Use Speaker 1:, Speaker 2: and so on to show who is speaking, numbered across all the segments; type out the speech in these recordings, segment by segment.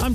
Speaker 1: I'm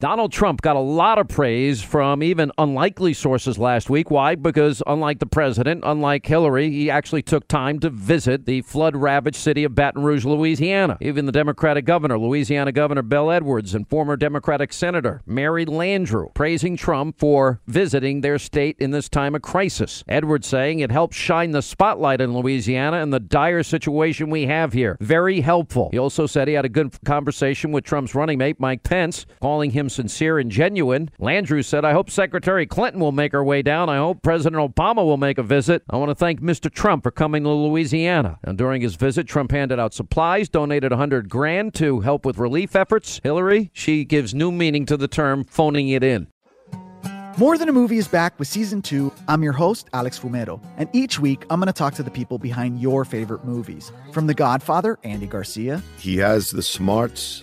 Speaker 2: Donald Trump got a lot of praise from even unlikely sources last week. Why? Because unlike the president, unlike Hillary, he actually took time to visit the flood ravaged city of Baton Rouge, Louisiana. Even the Democratic governor, Louisiana Governor Bill Edwards, and former Democratic Senator Mary Landrieu, praising Trump for visiting their state in this time of crisis. Edwards saying it helped shine the spotlight in Louisiana and the dire situation we have here. Very helpful. He also said he had a good conversation with Trump's running mate, Mike Pence, calling him sincere and genuine. Landrew said, I hope Secretary Clinton will make her way down. I hope President Obama will make a visit. I want to thank Mr. Trump for coming to Louisiana. And during his visit, Trump handed out supplies, donated 100 grand to help with relief efforts. Hillary, she gives new meaning to the term phoning it in.
Speaker 3: More Than a Movie is back with season two. I'm your host, Alex Fumero, and each week I'm going to talk to the people behind your favorite movies. From The Godfather, Andy Garcia,
Speaker 4: He has the smarts